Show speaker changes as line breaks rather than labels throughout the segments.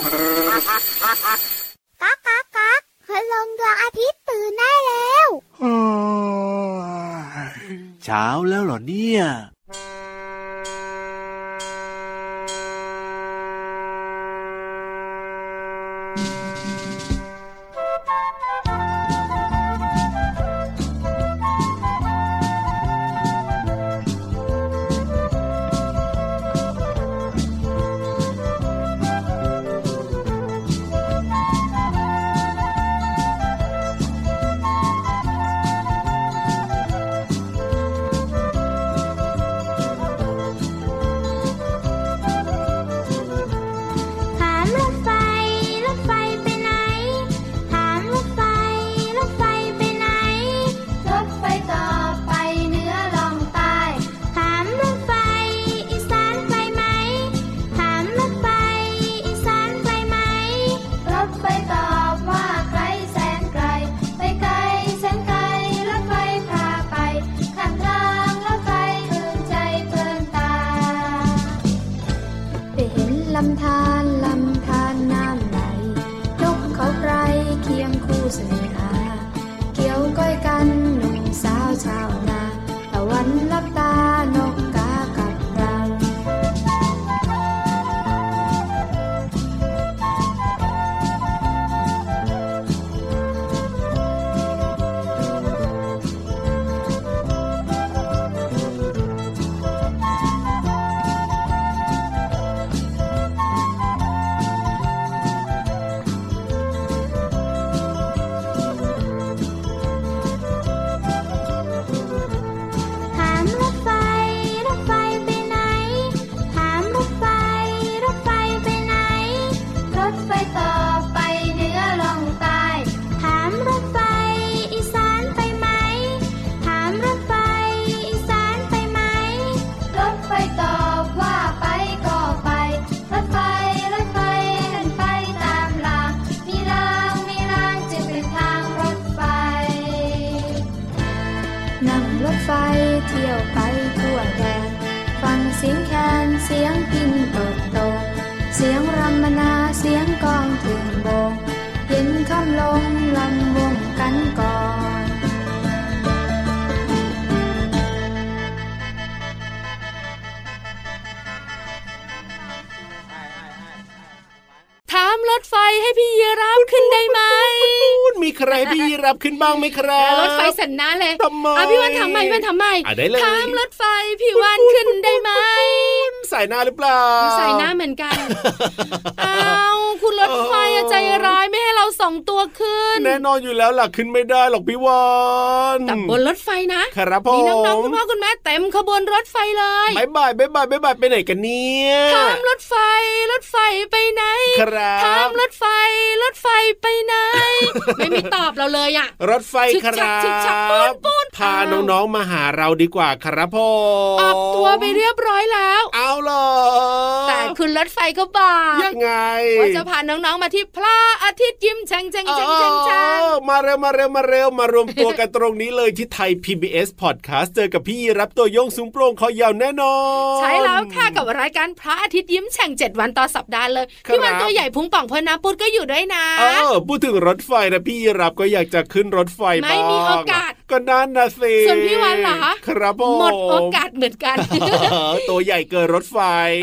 กักกักกักพลงดวงอาทิตย์ตื่นได้แล้ว
เช้าแล้วเหรอเนี่ย
ถามรถไฟรถไฟไปไหนถามรถไฟรถไฟไปไหน
รถไฟต่อไปเหนื้อลองใต้
ถามรถไฟอีสานไปไหมถามรถไฟอีสานไปไหม
รถไฟตอบว่าไกลแสนไกล ไปไกลแสนไกลรถไฟพาไปข้างทางรถไฟตื่นใจเพลินตา ไปเห็นลำธารลำธารน้ำไหลนกเขาไพรเคียงคู่เสน่หา เกี่ยวก้อยกันหนุ่มสาวชาวนาตะวันลับตานกกากับเรา
ถามรถไฟรถไฟไปไหน ถามรถไฟรถไฟไปไหน
รถไฟต่อไปเหนือลองใต้
ถามรถไฟอีสานไปไหม ถามรถไฟอีสานไปไหม
รถไฟตอบว่าไปก็ไป รถไฟรถไฟหันไปตามราง มีรางมีรางจึงเป็นทางรถไฟ นั่งรถไฟเที่ยวไปทั่วแดนฟังเสียงแคนเสียงพินโตดโตงเสียงรำมนาเสียงกลองถึงโบงเห็นคำลงลำวงกันก่อน
ถามรถไฟให้พี่ยีราฟขึ้นได้ไหม
คุณมีใครพี่รับขึ้นบ้างไหมครับ
แล้วรถไฟสันน้าเลย
ทำไม
อ่ะพี่วันทำไมพี่วันทำไม
อ่ะได้เลย
ถามรถไฟพี่วันขึ้นได้ไหม
สายหน้าหรือเปล่า
ใส่หน้าเหมือน กันเอาคุณรถไฟอ่ะ
เออ
ใจร้ายไม่ให้เราสองตัวขึ้น
แน่นอนอยู่แล้วล่ะขึ้นไม่ได้หรอกพี่วอน
แต่บนรถไฟนะครับ
ผม
มีน้องๆคุณพ่อคุณแม่เต็มขบวนรถไฟเลย
บายบายบายบายบายบายไปไหนกันเนี่ย
ถามรถไฟรถไฟไปไหน
ครับ
ถามรถไฟรถไฟไปไหน ไม่มีตอบเราเลยอ่ะ
รถไฟครั
ชิกชักชิกชักปู
บ
นปูน
พาน้องๆมาหาเราดีกว่าครับพ่อ
ออกตัวไปเรียบร้อยแล้ว
เอาเหรอ
แต่คุณรถไฟก็บอก
ยังไง
ว่าจะพาน้องๆมาที่พระอาทิตย์ยิ้มแฉ่งแฉ่งแฉ่งแฉ่งแฉ่ง
เออมาเร็วมาเร็วมาเร็วมารวมตัวกันตรงนี้เลยที่ไทย PBS Podcast เจอกับพี่รับตัวโยงสูงโปร่งคอยาวแน่นอน
ใช้แล้วค่ะกับรายการพระอาทิตย์ยิ้มแฉ่งเจ็ดวันต่อสัปดาห์เลย
ครับ
พี่มันตัวใหญ่พุงป่องเพลินน้ำปุดก็อยู่ด้วยนะ
เออพูดถึงรถไฟนะพี่รับก็อยากจะขึ้นรถไฟ
ไม่มี
บ้ง
โอกาส
ก็นั่นนะสิ
ส่วนพี่วานเหรอ
ครับผม
หมดโอกาสเหมือนกัน
เออตัวใหญ่เกินรถไฟ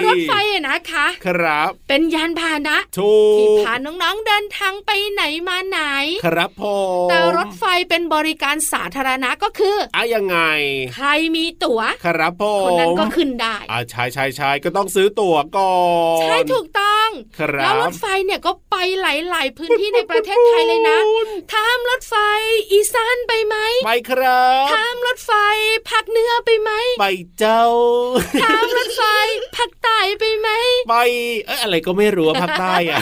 รถไฟอะนะคะ
ครับ
เป็นยานพาหนะ
ถู
ที่
ก
พาน้องๆเดินทางไปไหนมาไหน
ครับผม
แต่รถไฟเป็นบริการสาธารณะก็คือ
อะยังไง
ใครมีตั๋ว
ครับผม
คนนั้นก็ขึ้นได้
อ่าใช่ใช่ใช่ก็ต้องซื้อตั๋วก่อน
ใช่ถูกต้อง
ครับ
แล้วรถไฟเนี่ยก็ไปหลาย ๆ พื้นที่ในประเทศไทยเลยนะ
ปูน
ทามรถไฟอีสานไปไหม
ไปครับ
ทามรถไฟภาคเหนือไปไหม
ไปเจ้า
ทามรถไฟภาคใต้ไปไหม
ไป เอ้ยอะไรก็ไม่รู้อะภาคใต้อะ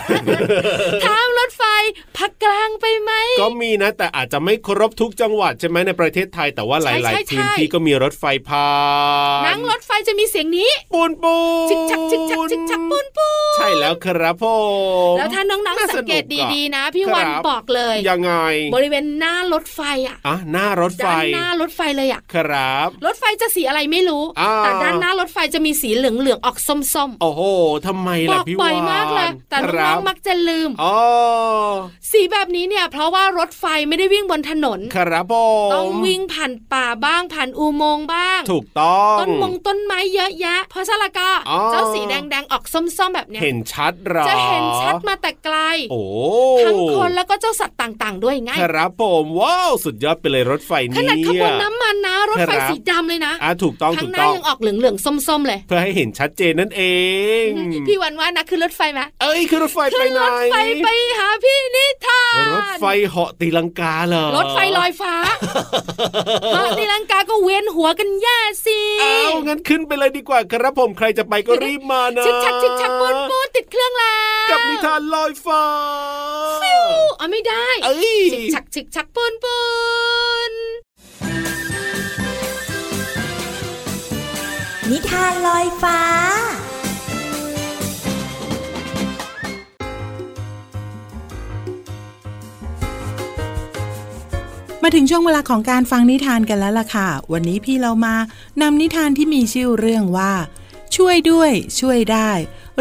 ทามรถไฟภาคกลางไปไหม
ก็มีนะ แต่อาจจะไม่ครบทุกจังหวัดใช่ไหมในประเทศไทยแต่ว่าห
ใช่
ลาย
ใช่
ๆ พื้น
ใช่
ที่ก็มีรถไฟพาน
นั่งรถไฟจะมีเสียงนี้
ปูนปูน
ชิกชักชิกชักชิกชักปูนปูน
ใช่แล้ว ครับผม
แล้วถ้าน้อง
น่า
ๆ
สนุก
สังเกตดีๆนะ
อะ
พี่วัน
ครับ
บอกเลย
ยังไง
บริเวณหน้ารถไฟอ่ะ
อ่ะหน้ารถไฟ
ด้านหน้ารถไฟเลยอ่ะ
ครับ
รถไฟจะสีอะไรไม่รู้
อ่า
แต่ด้านหน้ารถไฟจะมีสีเหลืองๆออกส้ม
โอ้โหทำไม
ๆบ
ล่ะ
อก
พี่
บ่
วา
อน ยมากเลยแต่
ค
น้
รั
อง
บ
ๆมักจะลืม
อ๋อ
สีแบบนี้เนี่ย เพราะว่ารถไฟไม่ได้วิ่งบนถนน
ครับผม
ต้องวิ่งผ่านป่าบ้างผ่านอุโมงค์บ้าง
ถูกต้อง
ต้นมงต้นไม้เยอะแยะ เพราะฉะนั้นและก็
อ๋อ
เจ้าสีแดงๆออกส้มๆแบบเนี้ย
เห็นชัดหรอ
จะเห็นชัดมาแต่ไกล
โอ้
ทั้งคนแล้วก็เจ้าสัตว์ต่างๆ ด้วยง่าย
ครับผมว้าวสุดยอดไปเลยรถไฟ
ข
นี้
นาดขบวนน้ำมันนะ รถไฟ
ครับ
สีดำเลยนะ
อ่ะถูกต้อง
ข้า
ถู
ง
ก
หน้า
ต้อง
ยังออกเหลืองๆส้มๆเลย
เพื่อให้เห็นชัดเจนนั่นเอง
พี่วันว่านะขึ้นรถไฟไหม
เอ้ยขึ้นรถไฟไป
ขึ้น
ไหน
รถไฟไปหาพี่นิทาน
รถไฟเหาะตีลังกาเหรอ
รถไฟลอยฟ้าเพราะตีลังกาก็เวียนหัวกันแย่สิ
เอางั้นขึ้นไปเลยดีกว่าครับผมใครจะไปก็รีบมานะ
ชิกชักชิกชักปูนปูนติดเครื่องแล้ว
กับนิทานลอยฟ้า
ฟิวเอาไม่ได้
เอ้ย
ชิกชักชิกชักปูนปูน
นิทานลอยฟ้า
มาถึงช่วงเวลาของการฟังนิทานกันแล้วล่ะค่ะ วันนี้พี่เรามานำนิทานที่มีชื่อเรื่องว่า ช่วยด้วย ช่วยได้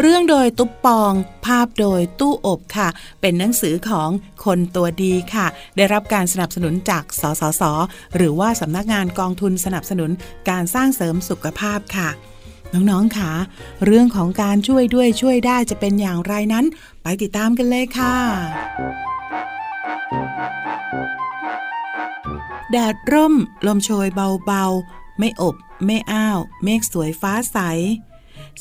เรื่องโดยตุ๊บปอง ภาพโดยตู้อบค่ะ เป็นหนังสือของคนตัวดีค่ะ ได้รับการสนับสนุนจากสสส หรือว่าสำนักงานกองทุนสนับสนุนการสร้างเสริมสุขภาพค่ะ น้องๆค่ะ เรื่องของการช่วยด้วยช่วยได้จะเป็นอย่างไรนั้น ไปติดตามกันเลยค่ะ แดดร่ม ลมโชยเบาๆ ไม่อบ ไม่อ้าว เมฆสวยฟ้าใส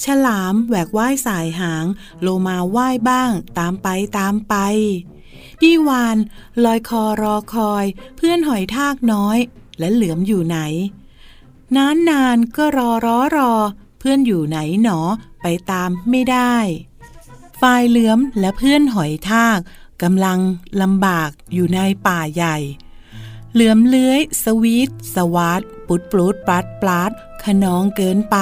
ฉลามแหวกว่ายสายหาง โลมาว่ายบ้าง ตามไปตามไป พี่วาน ลอยคอรอคอย เพื่อนหอยทากน้อย และเหลือมอยู่ไหน นานนานๆก็รอรอรอ เพื่อนอยู่ไหนหนอ ไปตามไม่ได้ ฝ่ายเหลือมและเพื่อนหอยทากกำลังลำบากอยู่ในป่าใหญ่ เหลือมเลื้อย สวีท สวาดปุดปลูดปลัดปลาดขนองเกินไป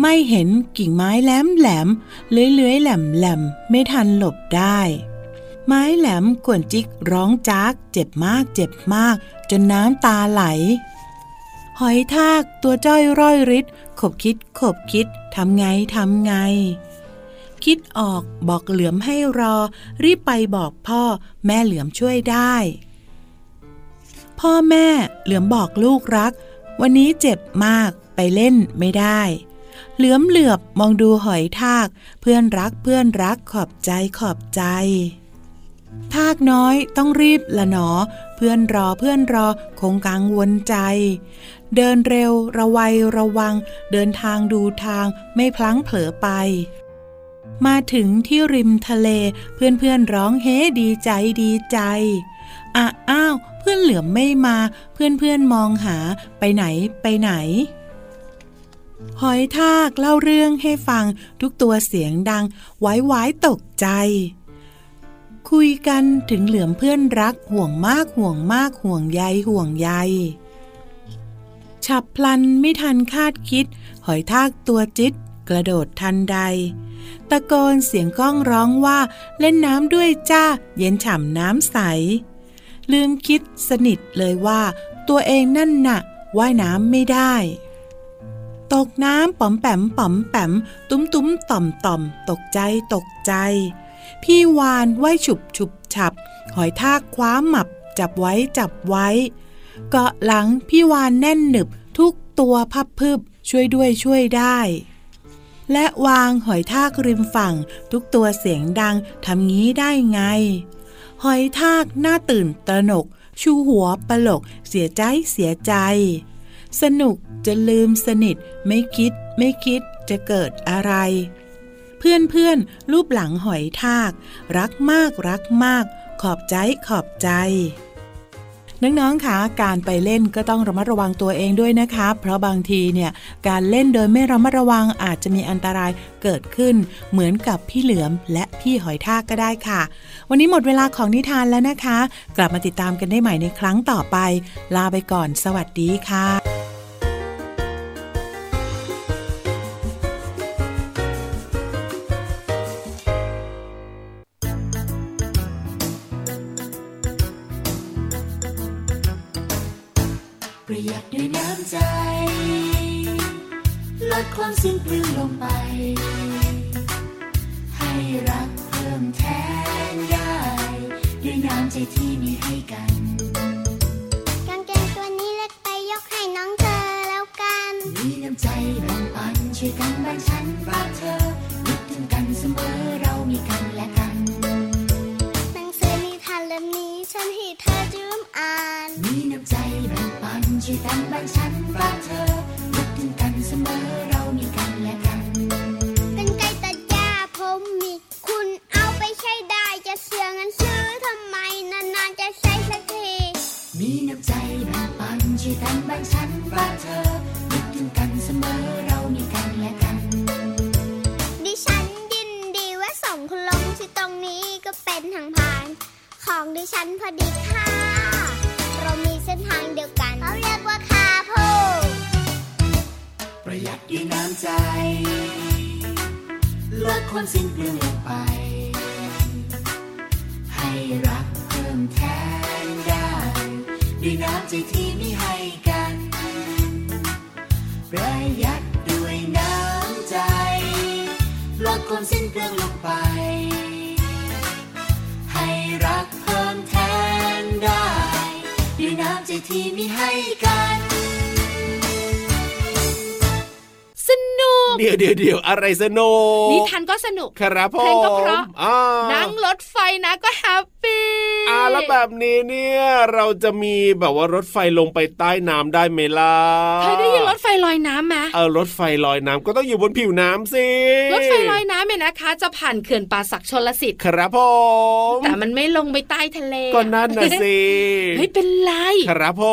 ไม่เห็นกิ่งไม้แหลมแหลมเลื้อยเลื้อยแหลมแหลมไม่ทันหลบได้ ไม้แหลมกวนจิกร้องจากเจ็บมากเจ็บมาก จนน้ำตาไหล หอยทากตัวจ้อยร้อยริดขบคิดขบคิดทำไงทำไง คิดออกบอกเหลือมให้รอ รีบไปบอกพ่อแม่เหลือมช่วยได้ พ่อแม่เหลือมบอกลูกรัก วันนี้เจ็บมากไปเล่นไม่ได้ เหลือมเหลือบมองดูหอยทาก เพื่อนรักเพื่อนรักขอบใจขอบใจ ทากน้อยต้องรีบละหนอ เพื่อนรอเพื่อนรอคงกังวลใจ เดินเร็วระวัยระวัง เดินทางดูทางไม่พลั้งเผลอไป มาถึงที่ริมทะเลเพื่อนๆร้องเฮ้ดีใจดีใจ อ่ะอ้าวเพื่อนเหลือมไม่มาเพื่อนๆมองหาไปไหนไปไหน หอยทากเล่าเรื่องให้ฟังทุกตัวเสียงดังไว้ไว้ตกใจ คุยกันถึงเหลือมเพื่อนรักห่วงมากห่วงมากห่วงใยห่วงใย ฉับพลันไม่ทันคาดคิด หอยทากตัวจิตกระโดดทันใด ตะโกนเสียงก้องร้องว่าเล่นน้ำด้วยจ้า เย็นฉ่ำน้ำใส ลืมคิดสนิทเลยว่า ตัวเองนั่นน่ะว่ายน้ำไม่ได้ ตกน้ำป๋อมแปมป๋อมแปม ตุ้มตุ้มต่อมต่อม ตกใจตกใจ พี่วานว่ายฉุบฉุบฉับ หอยทากคว้าหมับ จับไว้จับไว้ เกาะหลังพี่วานแน่นหนึบ ทุกตัวพับพึบ ช่วยด้วยช่วยได้ และวางหอยทากริมฝั่ง ทุกตัวเสียงดังทำงี้ได้ไง หอยทากหน้าตื่นตระหนก ชูหัวปลก เสียใจเสียใจ สนุกจะลืมสนิท ไม่คิด ไม่คิดจะเกิดอะไร เพื่อนเพื่อนๆรูปหลังหอยทาก รักมากรักมาก ขอบใจขอบใจ น้องๆคะการไปเล่นก็ต้องระมัดระวังตัวเองด้วยนะคะ เพราะบางทีเนี่ยการเล่นโดยไม่ระมัดระวังอาจจะมีอันตรายเกิดขึ้น เหมือนกับพี่เหลือมและพี่หอยทากก็ได้ค่ะ วันนี้หมดเวลาของนิทานแล้วนะคะ กลับมาติดตามกันได้ใหม่ในครั้งต่อไป ลาไปก่อน สวัสดีค่ะ
ท
ดด้วยน้ำใจ ลดความสิ้นเปลืองลงไป ให้รักเพิ่มแทนได้ ด้วยน้ำใจที่มีให้กัน
กางเกงตัวนี้เล็กไปยกให้น้องเธอแล้วกัน
มีน้ำใจแบ่งปันช่วยกันแบ่งฉันรักเธอนึกถึงกันเสมอเรามีกันและกัน
หนังสือนิทานเล่มนี้ฉันให้เธอยืมอ่าน
มีน้ำใจแบ่งปันช่วยกันแบ่งฉันรักเธอนึกถึงกันเสมอเรามีกันและกัน
เป็นไก่ตัดหญ้าผมมี คุณเอาไปใช้ได้จะเสียเงินซื้อทำไม นานๆจะใช้สักที
มีน้ำใจแบ่งปันช่วยกันแบ่งฉันรักเธอนึกถึงกันเสมอเรามีกันและกัน
ดิฉันยินดีแวะส่งคุณลงที่ตรงนี้ก็เป็นทางผ่าน ของดิฉันพอดีค่ะ เรามีเส้นทางเดียวกันเขาเรียกว่าคาโพด
ประหยัดด้วยน้ำใจ ลดความสิ้นเปลืองลงไป ให้รักเพิ่มแทนได้ ด้วยน้ำใจที่มีให้กัน ประหยัดด้วยน้ำใจ ลดความสิ้นเปลืองลงไป ให้รักเพิ่มแทนได้ ด้วยน้ำใจที่มีให้กัน
สนุก
เดี๋ยวเดี๋ยวเดี๋ยวอะไรสนุก
นิทานก็สนุก
ครับผม
เพลงก็เพราะ
อ่า
นั่งรถไฟนะก็แฮปปี้
อ่าแล้วแบบนี้เนี่ย เราจะมีแบบว่ารถไฟลงไปใต้น้ำได้ไหมล่ะ
เคยได้ยินรถไฟลอยน้ำไหม
เออรถไฟลอยน้ำก็ต้องอยู่บนผิวน้ำสิ
รถไฟลอยน้ำเนี่ยนะคะ จะผ่านเขื่อนป่าศักดิ์ชลสิทธิ์
ครับผม
แต่มันไม่ลงไปใต้ทะเล
ก็นั่นนะสิ
เฮ้ยเป็นไร
ครับผ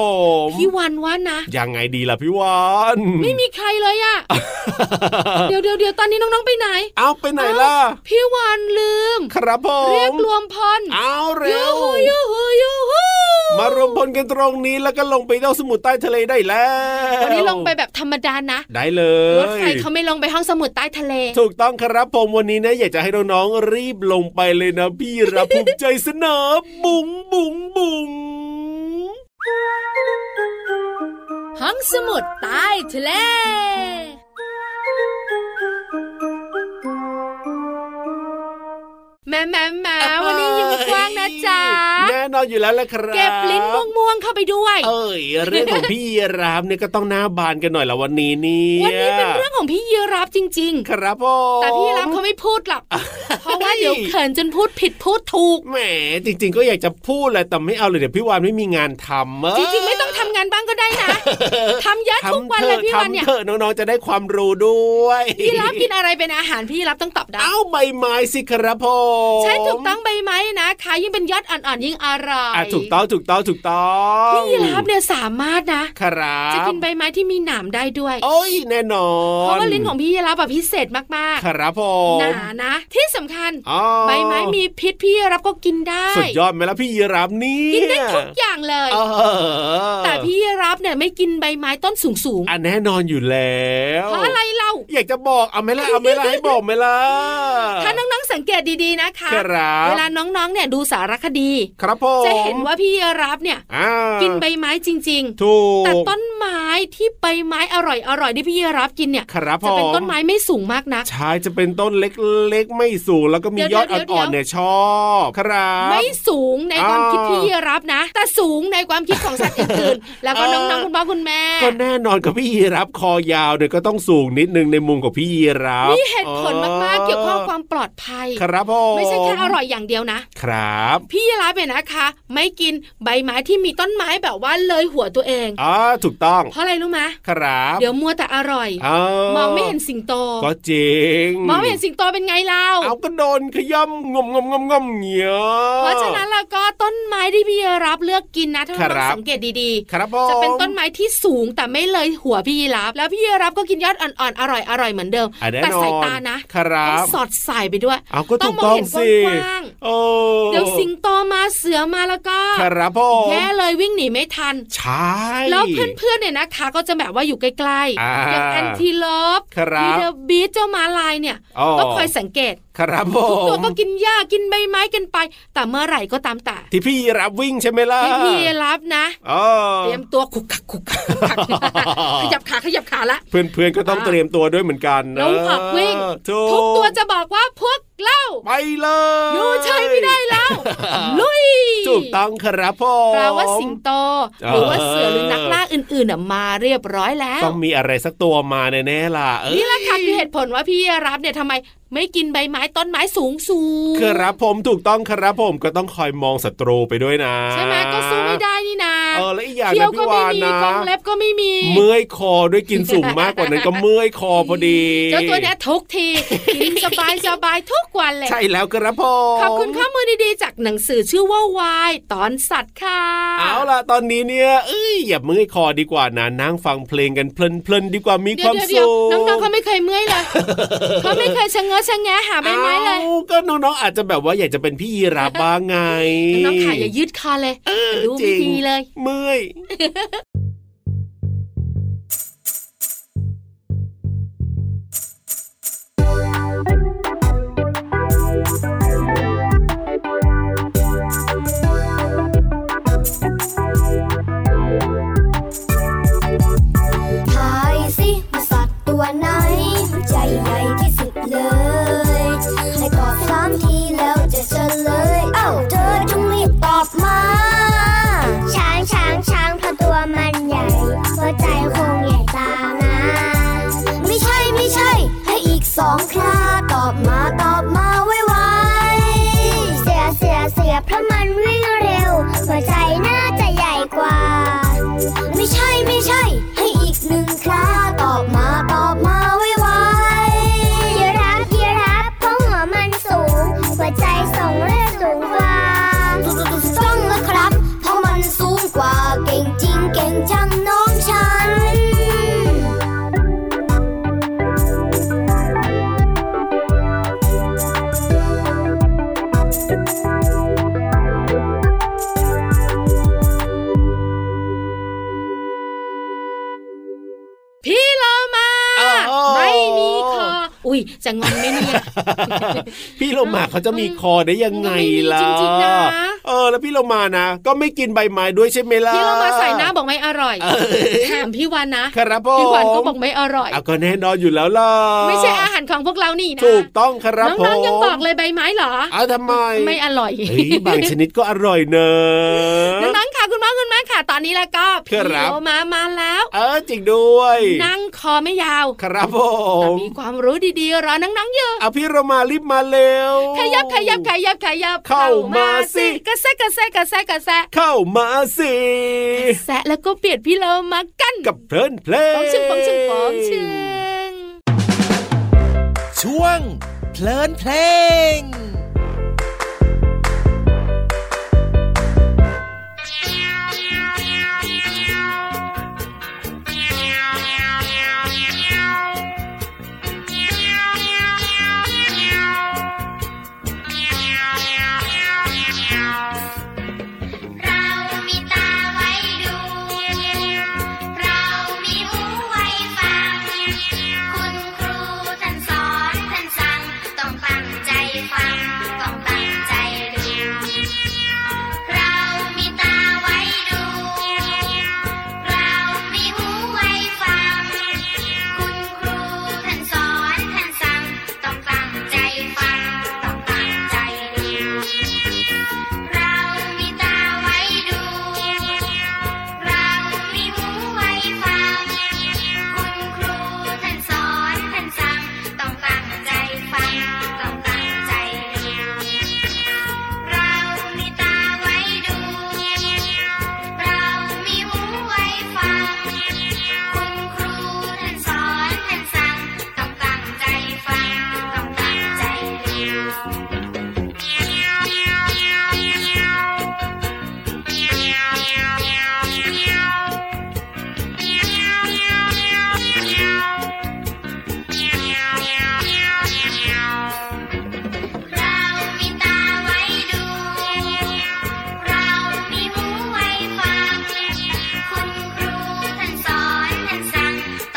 ม
พี่วันว่านะ
ยังไงดีล่ะพี่วาน
ไม่มีใครเลย อะ เดี๋ยวเดี๋ยวเดี๋ยวตอนนี้น้องๆไปไหน
เอาไปไหนล่ะ
อ้าวพี่วันลืม
ครับผม
เรียกรวมพล
เอาเร็
ยู
ว
ฮูยูฮูยูฮู
มารวมพลกันตรงนี้แล้วก็ลงไปเที่ยวสมุทรใต้ทะเลได้แล้ว
วันนี้ลงไปแบบธรรมดานะ
ได้เล
รถ
ย
ไฟเขาไม่ลงไปห้องสมุดใต้ทะเล
ถูกต้องครับผมวันนี้นะ อยากจะให้น้องๆรีบลงไปเลยนะ พี่รับภูมิใจเสนอบุ๋งบุ๋งบุ๋ง
ห้องสมุดใต้ทะเล แหม่แหม่แหม่วันนี้ยิ้มกว้างนะจ๊ะ
แน่นอนอยู่แล้วละครับ
เก็บลิ้นม่วงๆเข้าไปด้วย
เอ้ยเรื่องของพี่ยีรามเนี่ยก็ต้องหน้าบานกันหน่อยละวันนี้เนี่ย
วันนี้เป็นเรื่องของพี่ยีรับจริง ๆ
ครับผม
แต่พี่รับเขาไม่พูดหรอก เพราะว่าเดี๋ยวเขินจนพูดผิดพูดถูก
แหมจริง ๆ ก็อยากจะพูดแหละแต่ไม่เอาเลยเดี๋ยวพี่วานไม่มีงานทำเย
จริง ๆ ไม่ต้องทำงานบ้างก็ได้นะทำเยอะทุกวัน
ถ
เล
อะ
ยพี่วันเนี่ย
ทำเถอะน้องๆจะได้ความรู้ด้วย
พี่รับกินอะไรเป็นอาหารพี่รับต้องตอบได้
เอาใบไม้สิครับผม
ใช่ถูกต้องใบไม้นะคะยิ่งเป็นยอดอ่อนๆยิ่งอร่อย
อ่ะถูกต้องถูกต้องถูกต้อง
พี่รับเนี่ยสามารถนะ
ครับ
จะกินใบไม้ที่มีหนามได้ด้วย
โอ้ยแน่นอน
เพราะว่าลิ้นของพี่รับแบบพิเศษมาก
ครับผ
ๆหนาม นะ ที่สำคัญ
อ๋อ
ใบไม้มีพิษพี่รับก็กินได้
สุดยอดไหมล่ะพี่ยีรามเนี่ย
กินได้ทุกอย่างเลย
เออ
แต่พี่รับเนี่ยไม่กินใบไม้ต้นสูงๆ
อันแน่นอนอยู่แล้ว
เพราะอะไรเรา
อยากจะบอกเอาไหมล่ะเอาไหมล่ะให้บอกไหมล่ะ
ถ้าน้องๆสังเกตดีๆนะคะ
ครับ
เวลาน้องๆ เนี่ยดูสารคดี
ครับผม
จะเห็นว่าพี่รับเนี่ย
อ่า
กินใบไม้จริง
ถูก
ๆ แต่ต้นไม้ที่ใบไม้อร่อยๆที่พี่รับกินเนี่ย
ครับผม
จะเป็นต้นไม้ไม่สูงมากนัก
ใช่จะเป็นต้นเล็กๆไม่สูงแล้วก็มี
เดี๋
ย
ย
อ
ว
ด
เดี๋ยว
อ่อนๆ
เดี๋
เนี่
ยว
ยชอบ ครับ
ไม่สูงใน
อ่า
ความคิดพี่รับนะ แต่สูงในความคิดของสัตว์อื่นๆ แล้วก็
เออ
น้องๆ คุณพ่อคุณแม่
ก็แน่นอนกับพี่ยีรับคอยาวเนี่ยก็ต้องสูงนิดนึงในมุมของพี่ยีรับ
มีเหตุผลมากๆ เกี่ยวข้องกับความปลอดภัย
ครับผม
ไม่ใช่แค่อร่อยอย่างเดียวนะ
ครับ
พี่รับเนี่ยนะคะ ไม่กินใบไม้ที่มีต้นไม้แบบว่าเลยหัวตัวเอง
อ่าถูกต้อง
เพราะอะไรรู้ไหมย
ครับ
เดี๋ยวมัวแต่อร่อย
เออ
มองไม่เห็นสิงโต
ก็จริง
มองไม่เห็นสิงโตเป็นไงเรา
เอาก็โดนขย่ำงมงมงมงมเงี้ย
เพราะฉะนั้นแล้วก็ต้นไม้ที่พี่รับเลือกกินนะถ้า
ครั
เรา
บ
สังเกตดี
ครับผม
ๆ จะเป็นต้นไม้ที่สูงแต่ไม่เลยหัวพี่รับ แล้วพี่รับก็กินยอดอ่อนๆอร่อยอร่อยๆเหมือนเดิม
อ่ะน่
แต่
นอน
สายตานะ
ครั
ต้อง
บ
สอดสายไปด้วย
เอาก็
ต้
ถู
อ
ก
งมอง
ต้อง
เห็น
สิ
กว้าง
โอ้
ๆเดี๋ยวสิงโตมาเสือมาแล้วก็
ครับผม
แย่เลยวิ่งหนีไม่ทัน
ใช่
แล้วเพื่อนๆเนี่ยนะ นะคะก็จะแบบว่าอยู่ใกล้
อ่า
ๆอย่างแอนทีลอบ
ครับ
มีเดอะบีทเจ้าม้าลายเนี่ย
อ๋อ
ก็คอยสังเกต
ครับผ
ทุกตัว
ม
ก็กินหญ้ากินใบไม้กันไป แต่เมื่อไหร่ก็ตามแต่
ที่พี่รับวิ่งใช่ไหมล่ะ
พี่พี่รับนะ
อ๋อ
เตรียมตัวขุกขักขุกขักขุก ขัก ขยับขาขยับขาละ
เพื่อนๆก็ต้อง
อ่า
เตรียมตัวด้วยเหมือนกันนะ
น้องผักวิ่ง
ถู
ทุกตัวจะบอกว่าพวกเล่า
ไปเลย
อยู่เฉยไม่ได้แล้ว ลุย
ถูกต้องครับพ่อ
แปลว่าสิงโต หรือว่าเสือ
เออ
หรือนักล่าอื่นๆน่ะมาเรียบร้อยแล้ว
ต้องมีอะไรสักตัวมาแน่ๆล่ะเอ้ย
นี่แหละค่ะคือเหตุผลว่าพี่รับเนี่ยทำไมไม่กินใบไม้ต้นไม้สูงสูงๆ
ครับผมถูกต้องครับผมก็ต้องคอยมองศัตรูไปด้วยนะ
ใช่ไหมก็สู้ไม่ได้นี่นา
เออและอีกอย่าง
เที่ย
นะ
วก็
พี่วาน
ไม่มี
นะ
กองเล็บก็ไม่มี
เมื่อยคอด้วยกินสูงมากกว่านั้นก็เมื่อยคอพอดี
เจ้าตัวเนี้ยทุกทีกินสบายสบายๆทุกวันเลย
ใช่แล้วครับผม
ขอบคุณข้อมูลดีๆ จากหนังสือชื่อว่าวายตอนสัตว์ค่ะ
เอาล่ะตอนนี้เนี่ยเอ้ยอย่าเมื่อยคอดีกว่านะนั่งฟังเพลงกันเพลินๆดีกว่ามีค
เดี๋ยว
วาม
เดี๋ยว
สุข
เดี๋ยวน้องๆเขาไม่เคยเมื่อยเลย เขาไม่เคยชะเง้อชะแงะหาใบไม้เลย
อ้าก็น้องๆอาจจะแบบว่าอยากจะเป็นพี่ยีราฟบ้างไง
น้องๆขาอย่ายืดคอเลยอย่าดู
จริ
ไม่
ง
ดีเลย
เมื่อย
ทายสิว่าสัตว์ตัวไหน ใจใหญ่ที่สุดเลย ให้ตอบสามทีแล้วจะเฉลย เอ้าเธอจงรีบตอบมา ช้างช้างช้างเพราะตัวมันใหญ่หัวใจคงใหญ่ตามนะ ไม่ใช่ไม่ใช่ ให้อีกสองคราตอบมาตอบมาไวไวๆเสียเสียเสียเพราะมันวิ่งเร็ว หัวใจน่าจะใหญ่กว่า ไม่ใช่ไม่ใช่ ให้อีกหนึ่งคราตอบมาตอบมาไวไวยีรับยีรับเพราะหัวมันสูง หัวใจส่งเลือดสูงกว่าต้องแล้วครับ เพราะมันสูงกว่าเก่งจริงเก่งจังน้องฉัน
พี่โลมาไม่มีคออุ้ยจะงอนไหม่เนี่ย
พี่โลมาเขาจะมีคอได้ยังไงล่ะ
ไม่มีจริงๆนะ
เออแล้วพี่โลมานะ ก็ไม่กินใบไม้ด้วยใช่ไหมล่ะ
พี่โลมาใส่หน้าบอกไม่อร่อยถามพี่วานนะครับ
ผม
พี่วานก็บอกไม่อร่อย
เอาก็แน่นอนอยู่แล้วล่ะ
ไม่ใช่อาหารของพวกเรานี่นะ
ถูกต้องครับผม
น้องๆยังบอกเลยใบไม้เหรอ
เอาทำไม
ไม่อร่อย
เฮ้ยบางชนิดก็อร่อยเนอะ
น้องๆค่ะคุณพ่อคุณแม่ค่ะ ตอนนี้แล้วก็พี่
ครับ
โลมามาแล้ว
เออจริงด้วย
นั่งคอไม่ยาว
ครับผ
แต่
ม
มีความรู้ดีๆรอน้องๆอยู่
เอาพี่เรามารีบมาเร็ว
ขยับขยับขยับขยับ
เข้ามาสิ
กระแซะกระแซะกระแซะกระแซะ
เข้ามาสิ
แซะแล้วก็เปลี่ยนพี่โลมากัน
กับเพลินเพลง
ปองชึงปองชึงปองชึง
ช่วง เพลินเพลง
เรามีตาไว้ดู เรามีหูไว้ฟัง คุณครูท่านสอนท่านสั่ง ต้องตั้งใจฟัง ต้องตั้งใจดู เรามีตาไว้ดู เรามีหูไว้ฟัง คุณครูท่านสอนท่านสั่ง ต้องตั้งใจฟัง ต้องตั้งใจดู เรามีตาไว้ดู เรามีหูไว้ฟัง คุณครูท่านสอนท่านสั่ง ต้องตั้งใจฟัง ต้องตั้งใจเรียนเรามีตาไว้ดู เรามีหูไว้ฟัง คุณครูท่านสอนท่านสั่ง ต้องตั้งใจฟัง ต้องตั้งใจเรียน เรามีตาไว้ดู เรามีหูไว้ฟัง คุณครูท่านสอน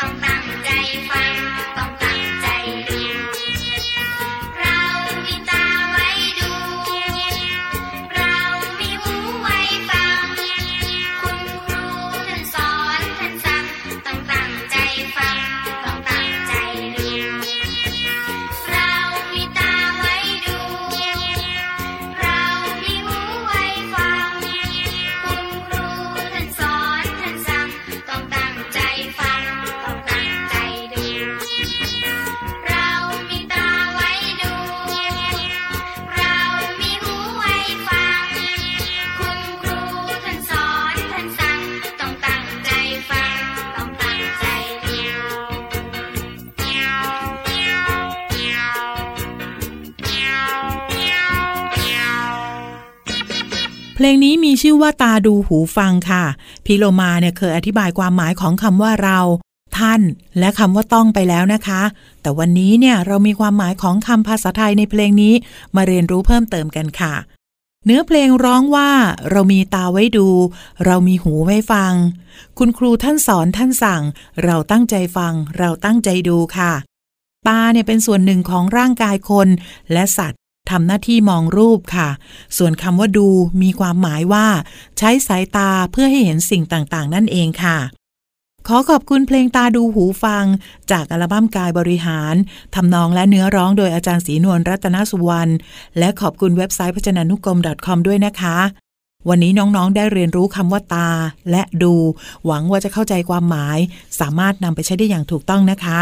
เพลงนี้มีชื่อว่าตาดูหูฟังค่ะ พี่โลมาเนี่ยเคยอธิบายความหมายของคำว่าเรา ท่าน และคำว่าต้องไปแล้วนะคะ แต่วันนี้เนี่ยเรามีความหมายของคำภาษาไทยในเพลงนี้มาเรียนรู้เพิ่มเติมกันค่ะ เนื้อเพลงร้องว่า เรามีตาไว้ดู เรามีหูไว้ฟัง คุณครูท่านสอนท่านสั่ง เราตั้งใจฟัง เราตั้งใจดูค่ะ ตาเนี่ยเป็นส่วนหนึ่งของร่างกายคน และสัตว์ทำหน้าที่มองรูปค่ะ ส่วนคำว่าดูมีความหมายว่า ใช้สายตาเพื่อให้เห็นสิ่งต่างๆ นั่นเองค่ะ ขอขอบคุณเพลงตาดูหูฟัง จากอัลบั้มกายบริหารทำนองและเนื้อร้องโดยอาจารย์ศรีนวลรัตนสุวรรณและขอบคุณเว็บไซต์พจนานุกรม .com ด้วยนะคะ วันนี้น้องๆได้เรียนรู้คำว่าตาและดู หวังว่าจะเข้าใจความหมาย สามารถนำไปใช้ได้อย่างถูกต้องนะคะ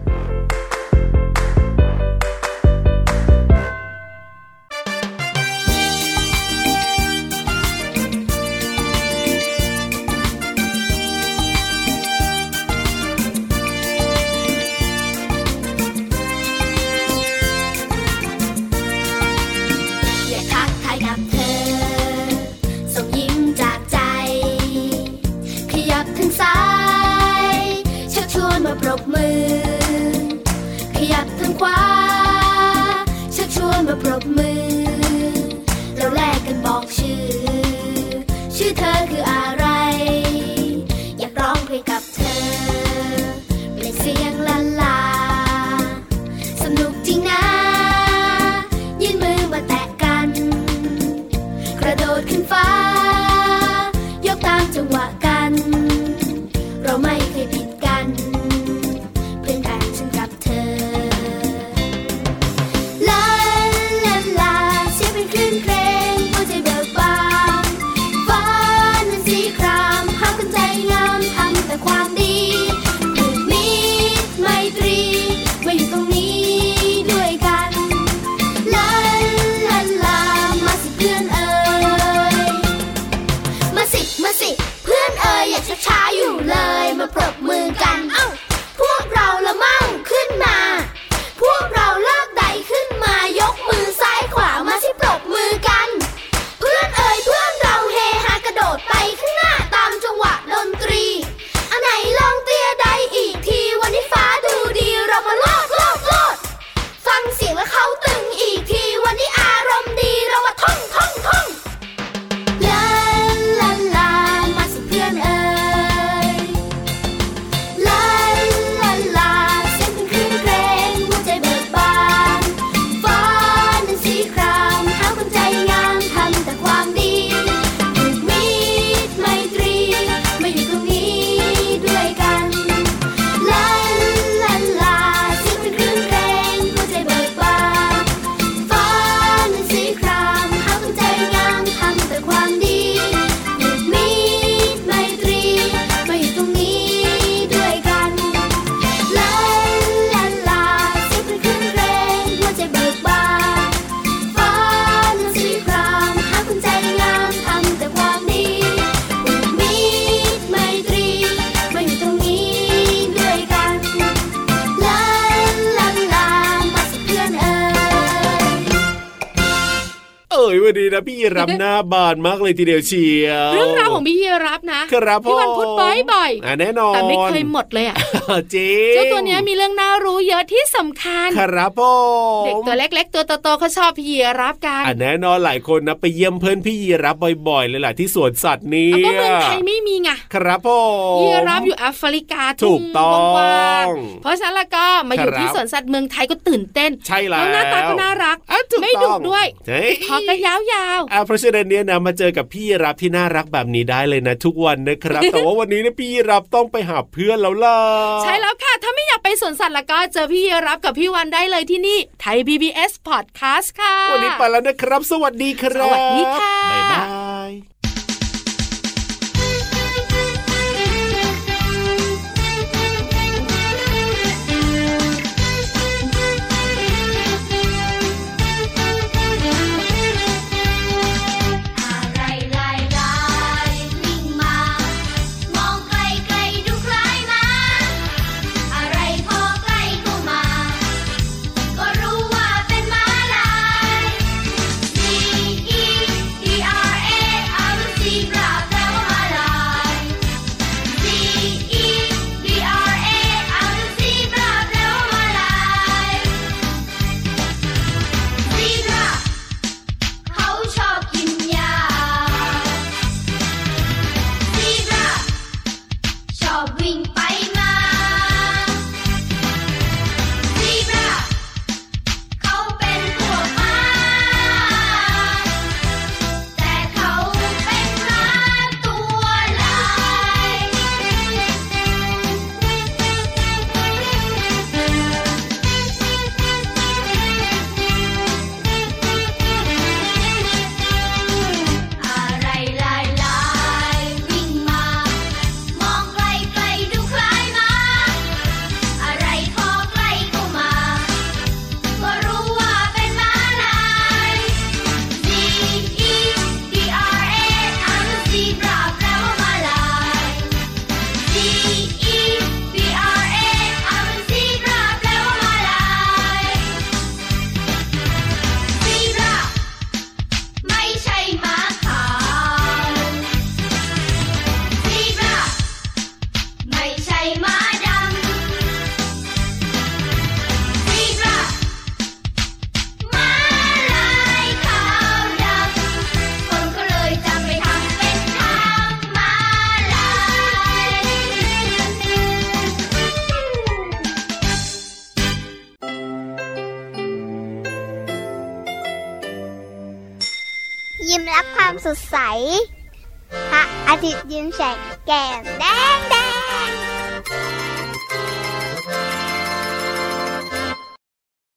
อย่าทักทายกับเธอ ส่งยิ้มจากใจ ขยับทางซ้ายชักชวนมาปรบมือ ขยับทางขวาชักชวนมาปรบมือ เราแลกกันบอกชื่อ ชื่อเธอคืออะไร อยากร้องเพลงกับเธอเปล่งเสียงลันลา สนุกจริงนะ ยื่นมือมาแตะกัน กระโดดขึ้นฟ้า ยกตามจังหวะกัน เราไม่เคยผิดกัน เพื่อนกันฉันกับเธอ ลาลาลาเสียงเป็นคลื่นเพลงหัวใจเบิกบานฟ้านั้นสีครามพาคนใจงามทำแต่ความดีผูกมิตรไมตรีมาอยู่ตรงนี้ด้วยกัน ลาลาลามาสิเพื่อนเอ่ย มาสิ มาสิ เพื่อนเอ่ยอย่าช้าช้าๆอยู่เลย มาปรบมือกัน เอ้า พวกเราละมั่งขึ้นมา พวกเราเลิกใดขึ้นมายกมือซ้ายขวามาสิปรบมือกัน เพื่อนเอ่ยเพื่อนเราเฮฮากระโดดไปข้างหน้าตามจังหวะดนตรี อันไหนลองเตียใดอีกทีวันนี้ฟ้าดูดีเรามาโลดโลดโลด ฟังเสียงแล้วเขาตึงอีกทีวันนี้อารมณ์ดีเรามาท่องท่องท่อง ลาลาลามาสิเพื่อนเอ่ย ลาลาลาเสียงเป็นคลื่นเพลงหัวใจเบิกบานฟ้านั้นสีครามหาคนใจงามทำแต่ความดีผูกมิตรไมตรีมาอยู่ตรงนี้ด้วยกัน ลาลาลาเสียงเป็นคลื่นเพลงหัวใจเบิกบาน ฟ้านั้นสีครามหาคนใจงามทำแต่ความดีผูกมิตรไมตรีมาอยู่ตรงนี้ด้วยกันลาลาลาเสียงเป็นคลื่นเพลงหัวใจเบิกบานฟ้านั้นสีครามหาคนใจงามทำแต่ความดีผูกมิตรไมตรีมาอยู่ตรงนี้ด้วยกัน ลาลาลามาสิเพื่อนเอ่ย
เอ้ยวันนี้นะพี่รับหน้าบานมากเลยทีเดียวเชียว
เรื่องราวของพี่ยีรับนะครับ พี่วัน
ผม
พูดบ่อย
อ่ะแน่นอน
แต่ไม่เคยหมดเลยอ่ะ
จริง
เจ้าตัวเนี้ยมีเรื่องน่ารู้เยอะที่สำคัญ
ครับผม
เด็กตัวเล็ก ๆ ตัวโตๆเขาชอบพี่ยีรับกัน
อ่ะแน่นอนหลายคนนะไปเยี่ยมเพื่อนพี่ยีรับบ่อยๆเลยแหละที่สวนสัตว์นี้
เอาก็เมืองไทยไม่มีไง
ครับผม
ยีรับอยู่แอฟริกา
ถู
ทุ่
กต้อง
กว้างๆเพราะฉะนั้นแล้วก็มาอยู่
ครับ
ที่สวนสัตว์เมืองไทยก็ตื่นเต้น
ใช่แล้
แล้ว วหน้าตาก็น่ารัก
อ่ะถูก
ไม่
ต้อง
ดุด้วย
เฮ้ย
คอก็ยาว
อ่ะเพราะฉะนั้นเนี่ยนะมาเจอกับพี่ยีรับที่น่ารักแบบนี้ได้เลยนะทุกวันนะครับ แต่ว่าวันนี้เนี่ยพี่ยีรับต้องไปหาเพื่อนแล้วล่ะ
ๆใช่แล้วค่ะถ้าไม่อยากไปสวนสัตว์แล้วก็เจอพี่ยีรับกับพี่วันได้เลยที่นี่ไทย PBS Podcast ค่ะ
วันนี้ไปแล้วนะครับ สวัสดีครับ
สวัสดีค่ะ
บ๊ายบาย
อะไรลายลายนิ่งมา มองไกลไกลดูคล้ายม้าอะไร รับความสดใส พระอาทิตย์ยิ้มแฉกแก้มแดงแด